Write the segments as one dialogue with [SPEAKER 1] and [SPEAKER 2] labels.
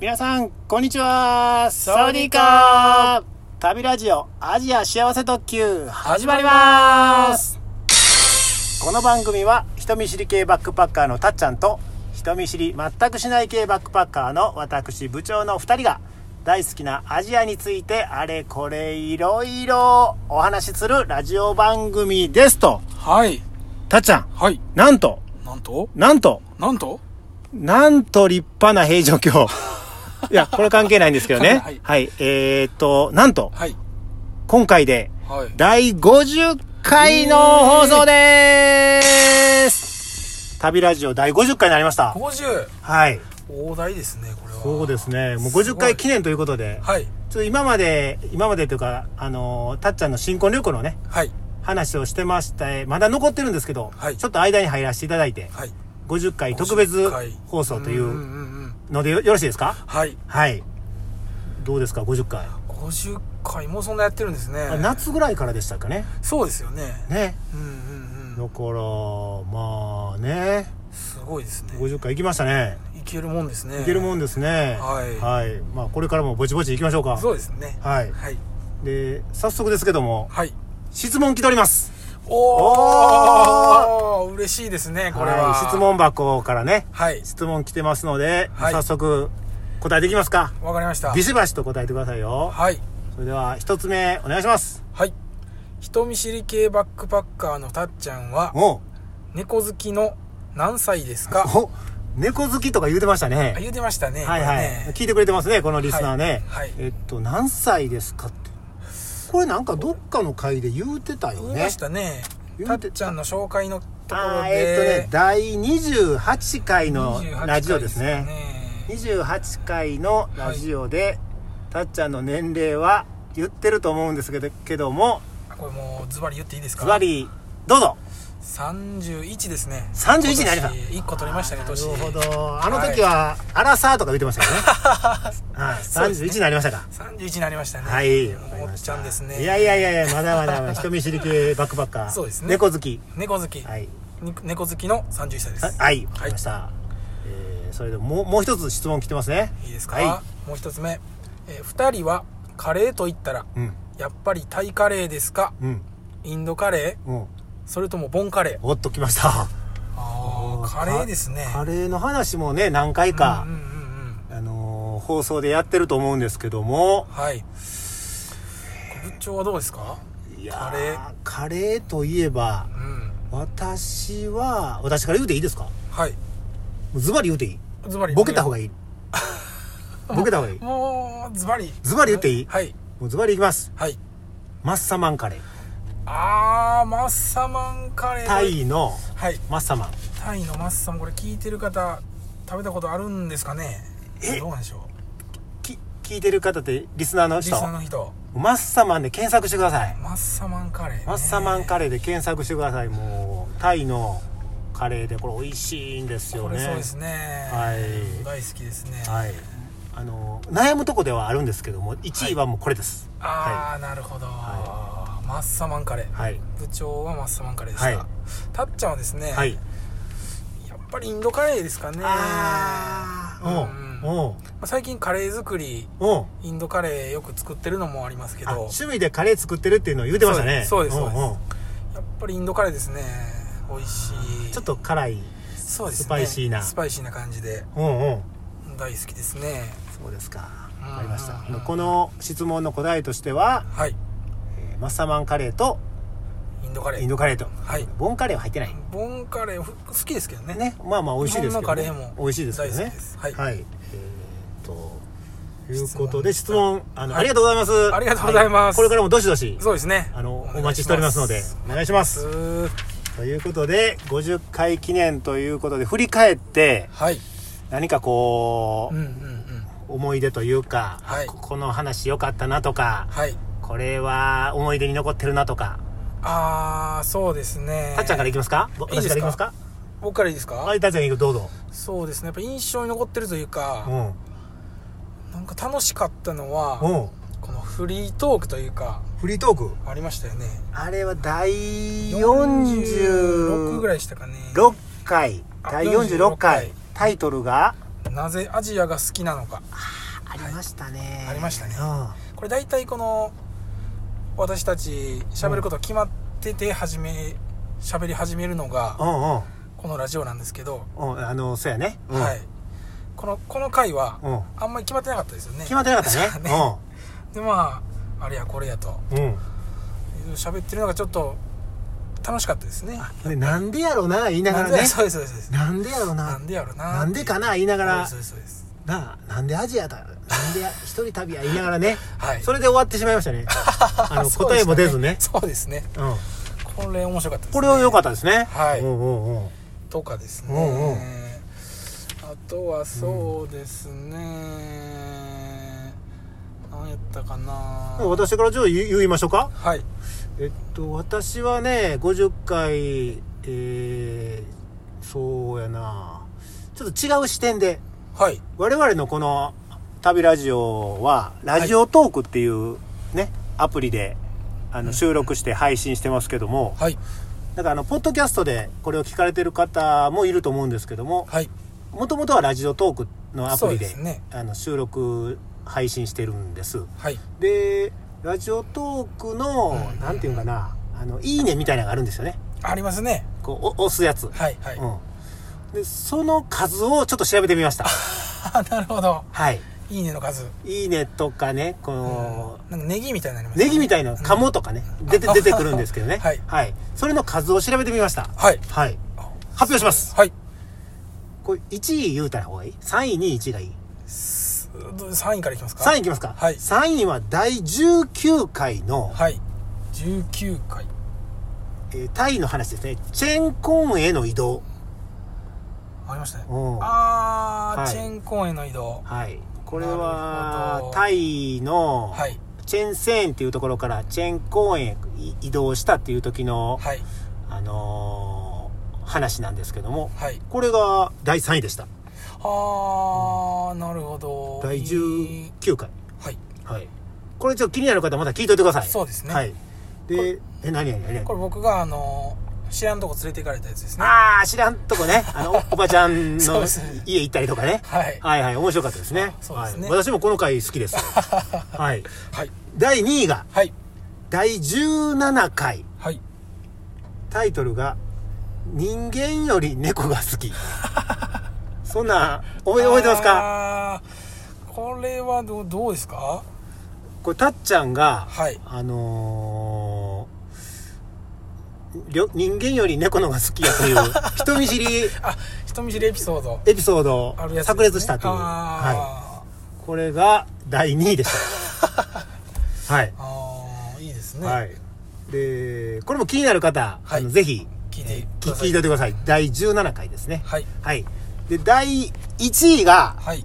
[SPEAKER 1] 皆さん、こんにちは
[SPEAKER 2] サワディーカ
[SPEAKER 1] ー旅ラジオアジア幸せ特急始まりますこの番組は人見知り系バックパッカーのたっちゃんと人見知り全くしない系バックパッカーの私部長の2人が大好きなアジアについてあれこれいろいろお話しするラジオ番組ですと、
[SPEAKER 2] はい。
[SPEAKER 1] たっちゃん、
[SPEAKER 2] はい。
[SPEAKER 1] なんと、
[SPEAKER 2] なんと
[SPEAKER 1] なんと、
[SPEAKER 2] なんと
[SPEAKER 1] なんと立派な平城京。いや、これ関係ないんですけどね。 は
[SPEAKER 2] はいい。
[SPEAKER 1] えーっと、なんと、
[SPEAKER 2] はい。
[SPEAKER 1] 今回で、
[SPEAKER 2] はい。
[SPEAKER 1] 第50回の放送でーす、旅ラジオ第50回になりました。
[SPEAKER 2] 50。
[SPEAKER 1] はい。
[SPEAKER 2] 大台ですね、これは。
[SPEAKER 1] そうですね。もう
[SPEAKER 2] す
[SPEAKER 1] 50
[SPEAKER 2] ごい
[SPEAKER 1] 回記念ということで、
[SPEAKER 2] はい。
[SPEAKER 1] ちょっと今まで、今までというか、あのー、たっちゃんの新婚旅行のね、
[SPEAKER 2] はい。
[SPEAKER 1] 話をしてまして、まだ残ってるんですけど、
[SPEAKER 2] はい
[SPEAKER 1] ちょっと間に入らせていただいて、
[SPEAKER 2] はい。
[SPEAKER 1] 50回特別
[SPEAKER 2] 50回
[SPEAKER 1] 放送とい
[SPEAKER 2] ん
[SPEAKER 1] うん
[SPEAKER 2] うん。
[SPEAKER 1] のでよよろしいですか
[SPEAKER 2] はい。
[SPEAKER 1] はい。どうですか、50回。
[SPEAKER 2] 50回もそんなやってるんですね。
[SPEAKER 1] あ夏ぐらいからでしたかね。
[SPEAKER 2] そうですよね。
[SPEAKER 1] ね。
[SPEAKER 2] うんうんう
[SPEAKER 1] だ
[SPEAKER 2] ん。
[SPEAKER 1] から、まあね、
[SPEAKER 2] すごいですね。
[SPEAKER 1] 50回行きましたね。
[SPEAKER 2] いけるもんですね。
[SPEAKER 1] いける
[SPEAKER 2] ん。
[SPEAKER 1] もんですね。
[SPEAKER 2] はい
[SPEAKER 1] まあ、これからもぼちぼち行きましょうか。
[SPEAKER 2] そうですね。
[SPEAKER 1] はい。
[SPEAKER 2] はい。
[SPEAKER 1] で、早速ですけども、
[SPEAKER 2] はい。
[SPEAKER 1] 質問来ております。
[SPEAKER 2] おー嬉しいですね、これは。
[SPEAKER 1] い質。問箱からね、
[SPEAKER 2] はい。
[SPEAKER 1] 質問来てますので、
[SPEAKER 2] はい
[SPEAKER 1] 早速答えていきますか。
[SPEAKER 2] わかりました
[SPEAKER 1] ビ。シバシと答えてくださいよ。
[SPEAKER 2] はい。
[SPEAKER 1] それでは、一つ目、お願いします。
[SPEAKER 2] はい。人見知り系バックパッカーのたっちゃんは、
[SPEAKER 1] おう
[SPEAKER 2] 猫好きの何歳ですか
[SPEAKER 1] お、猫好きとか言うてましたね
[SPEAKER 2] あ。言うてましたね。
[SPEAKER 1] はいはい、
[SPEAKER 2] これね
[SPEAKER 1] 聞いてくれてますねこのリスナーね、
[SPEAKER 2] はいはい
[SPEAKER 1] えっと何歳ですかってこれなんかどっかの回で言うてたよ
[SPEAKER 2] 言い
[SPEAKER 1] ね
[SPEAKER 2] ましたね。
[SPEAKER 1] 言
[SPEAKER 2] た
[SPEAKER 1] う
[SPEAKER 2] ってちゃんの紹介のところ
[SPEAKER 1] あー
[SPEAKER 2] で。
[SPEAKER 1] えっとね第28回の
[SPEAKER 2] 28
[SPEAKER 1] ラジオです
[SPEAKER 2] 回
[SPEAKER 1] ね28回のラジオで、たっちゃんの年齢は言ってると思うんですけどけども
[SPEAKER 2] あこれもうズバリ言っていいですか
[SPEAKER 1] ズバ。リどうぞ
[SPEAKER 2] 31ですね。
[SPEAKER 1] 31になりました
[SPEAKER 2] した。1個取りましたね、
[SPEAKER 1] なる
[SPEAKER 2] 年。
[SPEAKER 1] ほどあの時は、アラサーとか言ってましたよ ね、はい、
[SPEAKER 2] そうですね
[SPEAKER 1] 31になりましたか
[SPEAKER 2] 31になりましたね。
[SPEAKER 1] はい、
[SPEAKER 2] おっちゃんですね。
[SPEAKER 1] いやいやいやいや、まだまだ人見知り系バックパッカー。
[SPEAKER 2] そうですね
[SPEAKER 1] 猫好き。
[SPEAKER 2] 猫好き。
[SPEAKER 1] はい。
[SPEAKER 2] に猫好きの31歳で
[SPEAKER 1] は
[SPEAKER 2] す。
[SPEAKER 1] い、わかりました。えーそれでもう、もう一つ質問来てますね。
[SPEAKER 2] いいですか、
[SPEAKER 1] は
[SPEAKER 2] もう一つ目。えー二人はカレーと言ったら、
[SPEAKER 1] い。うん、
[SPEAKER 2] やっぱりタイカレーですか
[SPEAKER 1] うん、
[SPEAKER 2] インドカレー
[SPEAKER 1] うん。
[SPEAKER 2] それともボンカレー
[SPEAKER 1] おっと来ました。
[SPEAKER 2] あ
[SPEAKER 1] お
[SPEAKER 2] あ
[SPEAKER 1] ー
[SPEAKER 2] カレーですね
[SPEAKER 1] カレーの話もね、何回か
[SPEAKER 2] うん、うんうん
[SPEAKER 1] あのー放送でやってると思うんですけども
[SPEAKER 2] うん、はい部長はどうですか
[SPEAKER 1] いや
[SPEAKER 2] カレー
[SPEAKER 1] ーカレーといえば
[SPEAKER 2] う、ん
[SPEAKER 1] 私は、私から言うていいですかも
[SPEAKER 2] はいう
[SPEAKER 1] ズバリ言うていい
[SPEAKER 2] ズバリ
[SPEAKER 1] ボケた方が
[SPEAKER 2] が
[SPEAKER 1] いい。ボケた方がいい。
[SPEAKER 2] もうズバリ
[SPEAKER 1] ズバリ言っていい
[SPEAKER 2] はい
[SPEAKER 1] もうズバリいきます。
[SPEAKER 2] はい
[SPEAKER 1] マッサマンカレー。
[SPEAKER 2] ああマッサマンカレー
[SPEAKER 1] タイの
[SPEAKER 2] はい
[SPEAKER 1] マッサマン
[SPEAKER 2] タイのマッサマンこれ聞いてる方食べたことあるんですかね
[SPEAKER 1] え
[SPEAKER 2] どうなんでしょ
[SPEAKER 1] き聞いてる方ってリスナーの
[SPEAKER 2] うリス
[SPEAKER 1] 人
[SPEAKER 2] ナーの人
[SPEAKER 1] マッサマンで検索してください
[SPEAKER 2] マッサマンカレー、ね、
[SPEAKER 1] マッサマンカレーで検索してくださいもうタイのカレーでこれ美味しいんですよ
[SPEAKER 2] これ
[SPEAKER 1] ね
[SPEAKER 2] そうですね
[SPEAKER 1] はい
[SPEAKER 2] 大好きですね
[SPEAKER 1] はいあの悩むとこではあるんですけども1位はもうこれです
[SPEAKER 2] ああ、なるほど、マッサマンカレー、
[SPEAKER 1] はい
[SPEAKER 2] 部長はマッサマンカレーでした、
[SPEAKER 1] はい
[SPEAKER 2] たっちゃんはですね、
[SPEAKER 1] はい、はい、
[SPEAKER 2] やっぱりインドカレーですかね
[SPEAKER 1] あ
[SPEAKER 2] うん
[SPEAKER 1] ー
[SPEAKER 2] ま
[SPEAKER 1] おう
[SPEAKER 2] あ最近カレー作り
[SPEAKER 1] おうおう
[SPEAKER 2] インドカレーよく作ってるのもありますけ
[SPEAKER 1] あ
[SPEAKER 2] ど
[SPEAKER 1] 趣味でカレー作ってるっていうのを言うてましたね
[SPEAKER 2] そうですそうです
[SPEAKER 1] んん
[SPEAKER 2] やっぱりインドカレーですね美味しい
[SPEAKER 1] ちょっと辛い
[SPEAKER 2] そうです、ね、
[SPEAKER 1] スパイシーな
[SPEAKER 2] スパイシーな感じで
[SPEAKER 1] うんうん
[SPEAKER 2] 大好きですね
[SPEAKER 1] そうですか
[SPEAKER 2] うん
[SPEAKER 1] わかりましたあのこの質問の答えとしては
[SPEAKER 2] はい
[SPEAKER 1] えーマッサマンカレーと
[SPEAKER 2] インドカレー
[SPEAKER 1] インドカレーと
[SPEAKER 2] はい
[SPEAKER 1] ボンカレーは入ってない
[SPEAKER 2] ボンカレーふ好きですけどね
[SPEAKER 1] ねまあまあ美味しいですけど、ね、
[SPEAKER 2] 日本のカレーも
[SPEAKER 1] 美味しいですけど
[SPEAKER 2] 大好
[SPEAKER 1] ね
[SPEAKER 2] きですはい
[SPEAKER 1] えーっということで質問あの、
[SPEAKER 2] はい
[SPEAKER 1] ありがとうございます
[SPEAKER 2] ありがとうございます
[SPEAKER 1] これからもどしどし
[SPEAKER 2] そうですね
[SPEAKER 1] あのお
[SPEAKER 2] 願い
[SPEAKER 1] 待ちしておりますのでお願いします
[SPEAKER 2] す
[SPEAKER 1] ということで50回記念ということで振り返って
[SPEAKER 2] はい
[SPEAKER 1] 何かこ
[SPEAKER 2] う、
[SPEAKER 1] うん
[SPEAKER 2] うんうん
[SPEAKER 1] 思い出というか、
[SPEAKER 2] はい
[SPEAKER 1] ここの話良かったなとか
[SPEAKER 2] はい
[SPEAKER 1] これは思い出に残ってるなとか
[SPEAKER 2] ああそうですね
[SPEAKER 1] たっちゃんからいきますかぼ
[SPEAKER 2] いいで
[SPEAKER 1] 私
[SPEAKER 2] すか
[SPEAKER 1] からいきますか
[SPEAKER 2] 僕からいいですか、
[SPEAKER 1] はいたっちゃんいいよどうぞ
[SPEAKER 2] そうですねやっぱ印象に残ってるという
[SPEAKER 1] う
[SPEAKER 2] か、
[SPEAKER 1] ん
[SPEAKER 2] なんか楽しかったのは、
[SPEAKER 1] うん
[SPEAKER 2] このフリートークというか
[SPEAKER 1] フリートーク
[SPEAKER 2] ありましたよね
[SPEAKER 1] あれは第
[SPEAKER 2] 46
[SPEAKER 1] 46
[SPEAKER 2] ぐらいでしたかね
[SPEAKER 1] 6回第
[SPEAKER 2] 46
[SPEAKER 1] 46回
[SPEAKER 2] 回
[SPEAKER 1] タイトルが
[SPEAKER 2] なぜアジアが好きなのか
[SPEAKER 1] ありましたね、
[SPEAKER 2] ありましたね
[SPEAKER 1] う
[SPEAKER 2] これ大体この私たち喋ることが決まってて始め喋り始めるのが
[SPEAKER 1] ん、うんうん
[SPEAKER 2] このラジオなんですけど、
[SPEAKER 1] うんあのそうやね、うん
[SPEAKER 2] はい、このこの回は
[SPEAKER 1] うん、
[SPEAKER 2] あんまり決まってなかったですよね
[SPEAKER 1] 決まってなかった
[SPEAKER 2] そう
[SPEAKER 1] ね
[SPEAKER 2] ねでまああれやこれやと
[SPEAKER 1] うんうん
[SPEAKER 2] 喋ってるのがちょっと楽しかったですね
[SPEAKER 1] でなんでやろうな言いなが
[SPEAKER 2] なん
[SPEAKER 1] ら
[SPEAKER 2] で
[SPEAKER 1] ね
[SPEAKER 2] そうですそうですそうです
[SPEAKER 1] なんでやろう
[SPEAKER 2] な
[SPEAKER 1] なん
[SPEAKER 2] でやろな
[SPEAKER 1] なんでかな言いながら
[SPEAKER 2] そうですそうですそう
[SPEAKER 1] なあなんでアジアだなんでや一人旅や言いながらね
[SPEAKER 2] ですはい
[SPEAKER 1] それで終わってしまいま したねあの
[SPEAKER 2] そう
[SPEAKER 1] 答
[SPEAKER 2] でし
[SPEAKER 1] え
[SPEAKER 2] た
[SPEAKER 1] も出ずね
[SPEAKER 2] そうですね
[SPEAKER 1] うん
[SPEAKER 2] これ面白かったです、
[SPEAKER 1] こ
[SPEAKER 2] ね、
[SPEAKER 1] れは良かったですね
[SPEAKER 2] はい
[SPEAKER 1] うんうんうん
[SPEAKER 2] とかですね、
[SPEAKER 1] うんうん
[SPEAKER 2] あとはそうですね、なん、やったかな
[SPEAKER 1] 私からちょっと言い言いましょうか
[SPEAKER 2] はい
[SPEAKER 1] えっと私はね50回えー、そうやなちょっと違う視点で
[SPEAKER 2] はい
[SPEAKER 1] 我々のこの旅ラジオはラジオトークっていうね、アプリであの収録して配信してますけども、
[SPEAKER 2] はい
[SPEAKER 1] だからあのポッドキャストでこれを聞かれてる方もいると思うんですけども
[SPEAKER 2] はい
[SPEAKER 1] もともとはラジオトークのアプ
[SPEAKER 2] そう
[SPEAKER 1] リ
[SPEAKER 2] で
[SPEAKER 1] です
[SPEAKER 2] ね
[SPEAKER 1] あの収録配信してるんです
[SPEAKER 2] はい
[SPEAKER 1] でラジオトークの、
[SPEAKER 2] うん
[SPEAKER 1] なんていうんかなあのいいねみたいなのがあるんですよね
[SPEAKER 2] ありますね
[SPEAKER 1] こうお押すやつ、
[SPEAKER 2] はいはい、
[SPEAKER 1] うんでその数をちょっと調べてみま した
[SPEAKER 2] あ なるほど
[SPEAKER 1] はい
[SPEAKER 2] いいねの数
[SPEAKER 1] いいねとかねこの、
[SPEAKER 2] なんかネギみたいになりますね
[SPEAKER 1] ネギみたいなカモとかね、出て
[SPEAKER 2] あ
[SPEAKER 1] 出てくるんですけどね
[SPEAKER 2] はい
[SPEAKER 1] それの数を調べてみました
[SPEAKER 2] はい
[SPEAKER 1] はい発表します
[SPEAKER 2] はい
[SPEAKER 1] これ1位言うたら方がいい3位2位1位がいい
[SPEAKER 2] 3位からいきますか
[SPEAKER 1] 3位いきますか、
[SPEAKER 2] はい
[SPEAKER 1] 3位は第19回の、
[SPEAKER 2] はい19回
[SPEAKER 1] えータイの話ですねチェンコンへの移動
[SPEAKER 2] ありましたね
[SPEAKER 1] うん
[SPEAKER 2] あー、
[SPEAKER 1] はい
[SPEAKER 2] チェーン公園の移動
[SPEAKER 1] はいこれ
[SPEAKER 2] なる
[SPEAKER 1] は
[SPEAKER 2] ほど
[SPEAKER 1] タイの
[SPEAKER 2] はい
[SPEAKER 1] チェンセーンっていうところからチェンコンへい移動したっていう時の、
[SPEAKER 2] はい
[SPEAKER 1] あのー話なんですけども
[SPEAKER 2] はい
[SPEAKER 1] これが第3位でした
[SPEAKER 2] あー、なるほど
[SPEAKER 1] 第
[SPEAKER 2] いい
[SPEAKER 1] 19回
[SPEAKER 2] はい
[SPEAKER 1] はいこれちょっと気になる方はまた聞いといてください
[SPEAKER 2] そうですね
[SPEAKER 1] はい
[SPEAKER 2] こ
[SPEAKER 1] でえ何何何
[SPEAKER 2] これ僕があの知らんとこ連れて行かれたやつですねは
[SPEAKER 1] ああ知らんとこねあ のおおばちゃん
[SPEAKER 2] そう
[SPEAKER 1] の
[SPEAKER 2] ですね
[SPEAKER 1] 家行ったりとかね
[SPEAKER 2] い
[SPEAKER 1] はいはい面白かったですね
[SPEAKER 2] そうですね
[SPEAKER 1] はい、私もこの回好きですはい
[SPEAKER 2] はい
[SPEAKER 1] 第2位が
[SPEAKER 2] はい
[SPEAKER 1] 第17回
[SPEAKER 2] はい
[SPEAKER 1] タイトルが「人間より猫が好 き」そんな覚え覚えてますか
[SPEAKER 2] かこれはどうどうですか
[SPEAKER 1] これたっちゃんが
[SPEAKER 2] はい
[SPEAKER 1] あのーりょ人間より猫の方が好きや という人見知り
[SPEAKER 2] あ人見知りエピソード
[SPEAKER 1] エピソードを
[SPEAKER 2] あるやつですね、
[SPEAKER 1] 炸裂したという、は
[SPEAKER 2] あ
[SPEAKER 1] い、これが第2位でした はい
[SPEAKER 2] ー、あーいいですね、
[SPEAKER 1] はいでこれも気になる方、
[SPEAKER 2] はい
[SPEAKER 1] あのぜひ
[SPEAKER 2] 聞いてく
[SPEAKER 1] 聞
[SPEAKER 2] ださ
[SPEAKER 1] 聞
[SPEAKER 2] い
[SPEAKER 1] いておいてください第17回ですね
[SPEAKER 2] はい
[SPEAKER 1] はいで第1位が、
[SPEAKER 2] はい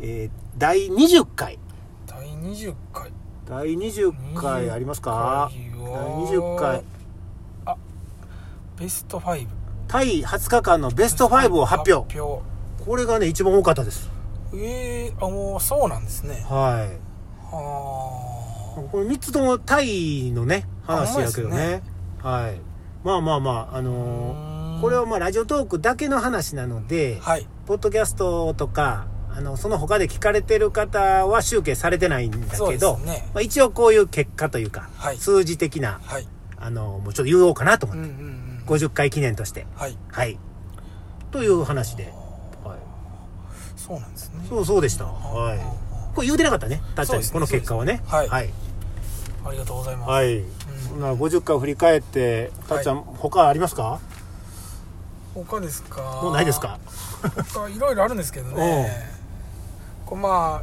[SPEAKER 1] えー第20回
[SPEAKER 2] 第20回
[SPEAKER 1] 第20回ありますか
[SPEAKER 2] 20
[SPEAKER 1] 第
[SPEAKER 2] 回は
[SPEAKER 1] 20回
[SPEAKER 2] ベスト5
[SPEAKER 1] タイ20日間のベスト5を発表
[SPEAKER 2] 発表
[SPEAKER 1] これがね一番多かったです
[SPEAKER 2] えー、あもうそうなんですね
[SPEAKER 1] はい
[SPEAKER 2] は
[SPEAKER 1] これ3つともタイのね話やけどね
[SPEAKER 2] あほんまです
[SPEAKER 1] はいまあまあまああのーこれはまあラジオトークだけの話なので、
[SPEAKER 2] はい
[SPEAKER 1] ポッドキャストとかあのその他で聞かれてる方は集計されてないんだ
[SPEAKER 2] そう
[SPEAKER 1] け
[SPEAKER 2] で
[SPEAKER 1] ど、
[SPEAKER 2] すね
[SPEAKER 1] まあ、一応こういう結果というか、
[SPEAKER 2] はい
[SPEAKER 1] 数字的な
[SPEAKER 2] はい
[SPEAKER 1] あのもうちょっと言おうかなと思
[SPEAKER 2] う
[SPEAKER 1] っ
[SPEAKER 2] んう
[SPEAKER 1] て、
[SPEAKER 2] んうん
[SPEAKER 1] 50回記念として
[SPEAKER 2] はい
[SPEAKER 1] はいという話で、はい、
[SPEAKER 2] そうなんですね
[SPEAKER 1] そうそうでしたはいこれ言うてなかったねたっちゃ、
[SPEAKER 2] そうんですね
[SPEAKER 1] この結果はね
[SPEAKER 2] そうですね
[SPEAKER 1] は
[SPEAKER 2] はいありがとうございます、
[SPEAKER 1] はい。
[SPEAKER 2] う
[SPEAKER 1] な50回を振り返って、たっちゃん、他ありますか
[SPEAKER 2] 他ですか
[SPEAKER 1] もうないですか
[SPEAKER 2] 他いろいろあるんですけどねこうまあ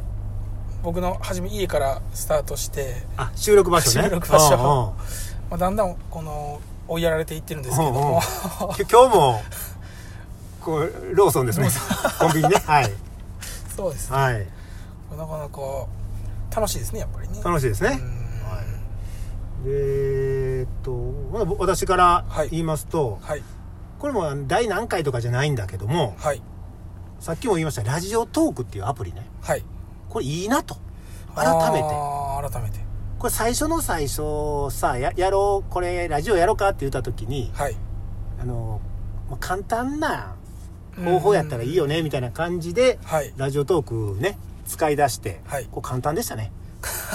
[SPEAKER 2] 僕の初め家からスタートして、
[SPEAKER 1] あ、収録場所ね。
[SPEAKER 2] 収録場
[SPEAKER 1] うん
[SPEAKER 2] 所
[SPEAKER 1] うん
[SPEAKER 2] まあ、だんだんこの追いやられていってるんですけども、
[SPEAKER 1] うんうんき今日も、こう、ローソンですね。コンビニね。はい。
[SPEAKER 2] そうですね
[SPEAKER 1] はい。
[SPEAKER 2] なかなか楽しいですねやっぱりね
[SPEAKER 1] 楽しいですね
[SPEAKER 2] う。ん
[SPEAKER 1] はいえーっと、まあぼ私から
[SPEAKER 2] はい
[SPEAKER 1] 言いますと、
[SPEAKER 2] はい
[SPEAKER 1] これもあの第何回とかじゃないんだけども、
[SPEAKER 2] はい
[SPEAKER 1] さっきも言いました、ラジオトークっていうアプリね。
[SPEAKER 2] はい
[SPEAKER 1] これいいなと。改めて。
[SPEAKER 2] あー改めて
[SPEAKER 1] これ最初の最初さ、ややろう、これラジオやろうかって言った時に、
[SPEAKER 2] はい
[SPEAKER 1] あの、まあ簡単な方法やったらいいよねみたいな感じで、
[SPEAKER 2] はい
[SPEAKER 1] ラジオトークね使い出して、
[SPEAKER 2] はい
[SPEAKER 1] こう簡単でした ね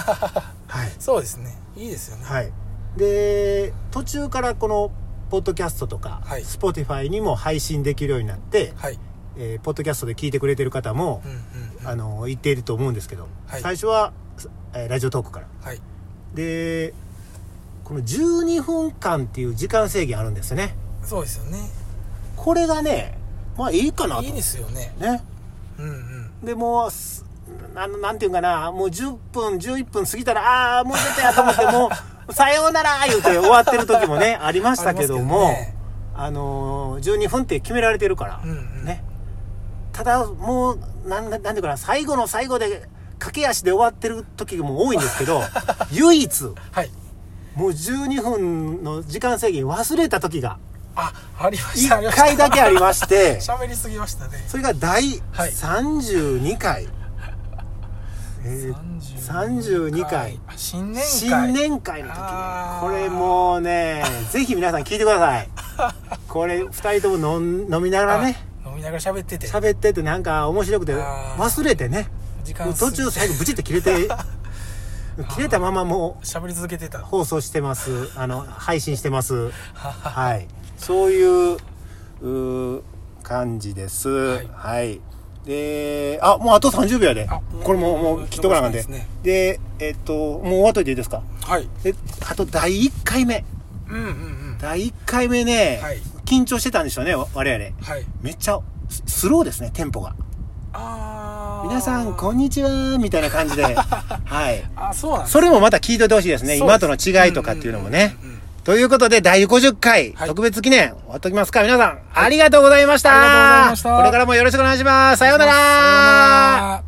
[SPEAKER 1] はい
[SPEAKER 2] そうですねいいですよね
[SPEAKER 1] はいで途中からこのポッドキャストとか、
[SPEAKER 2] はい
[SPEAKER 1] Spotify にも配信できるようになって、
[SPEAKER 2] はい
[SPEAKER 1] えーポッドキャストで聞いてくれてる方も
[SPEAKER 2] うん、うんうん
[SPEAKER 1] あの言っていると思うんですけど、
[SPEAKER 2] はい
[SPEAKER 1] 最初は、えーラジオトークから
[SPEAKER 2] はい
[SPEAKER 1] でこの12分間っていう時間制限あるんですよね
[SPEAKER 2] そうですよね
[SPEAKER 1] これがねまあいいかなと
[SPEAKER 2] いいですよね
[SPEAKER 1] ね
[SPEAKER 2] うんうん
[SPEAKER 1] でもうすななんていうんかなもう10分11分過ぎたらああーもう出てやと思ってもう さようなら言うて終わってる時も ねありましたけどもあ
[SPEAKER 2] ありますけどね
[SPEAKER 1] のー12分って決められてるから、
[SPEAKER 2] うんうん
[SPEAKER 1] ねただもうなんなんていうかな最後の最後で駆け足で終わってる時も多いんですけ ど唯一
[SPEAKER 2] はい
[SPEAKER 1] もう12分の時間制限忘れた時が
[SPEAKER 2] あありましたあり
[SPEAKER 1] 1
[SPEAKER 2] ました
[SPEAKER 1] 回だけありまして
[SPEAKER 2] 喋りすぎましたね
[SPEAKER 1] それが第
[SPEAKER 2] はい
[SPEAKER 1] 32回、えー32回
[SPEAKER 2] あ新年会
[SPEAKER 1] 新年会の時
[SPEAKER 2] あー
[SPEAKER 1] これもう ねぜひ皆さん聞いてくださいこれ2人とも飲ん飲みながらね
[SPEAKER 2] あ飲みながら喋ってて
[SPEAKER 1] 喋っててなんか面白くて
[SPEAKER 2] あー
[SPEAKER 1] 忘れてね
[SPEAKER 2] 時
[SPEAKER 1] も
[SPEAKER 2] 間
[SPEAKER 1] う途中最後ブチって切れ て切れたままもう
[SPEAKER 2] 喋り続けてた
[SPEAKER 1] 放送してますあの配信してます はいそういううー感じですはいい、であもうあと30秒やで
[SPEAKER 2] あ
[SPEAKER 1] これもうもう切っとかなあかんで
[SPEAKER 2] そうですね
[SPEAKER 1] でえっともう終わっといていいですか
[SPEAKER 2] はい
[SPEAKER 1] えあと第1回目
[SPEAKER 2] うんうんうん
[SPEAKER 1] 第1回目ね、
[SPEAKER 2] はい
[SPEAKER 1] 緊張してたんでしょうねわ我々
[SPEAKER 2] はい
[SPEAKER 1] めっちゃススローですねテンポが
[SPEAKER 2] あー
[SPEAKER 1] 皆さんこんにちはみたいな感じで はい
[SPEAKER 2] あそうなんです
[SPEAKER 1] それもまた聞いといてほしいですね
[SPEAKER 2] そう
[SPEAKER 1] 今との違いとかっていうのもね、
[SPEAKER 2] うんうんうんうん
[SPEAKER 1] ということで、第50回
[SPEAKER 2] はい
[SPEAKER 1] 特別記念、終わっときますか。皆さん、ありがとうございました。
[SPEAKER 2] ありがとうございました
[SPEAKER 1] これからもよろしくお願いします。さようなら。
[SPEAKER 2] さようなら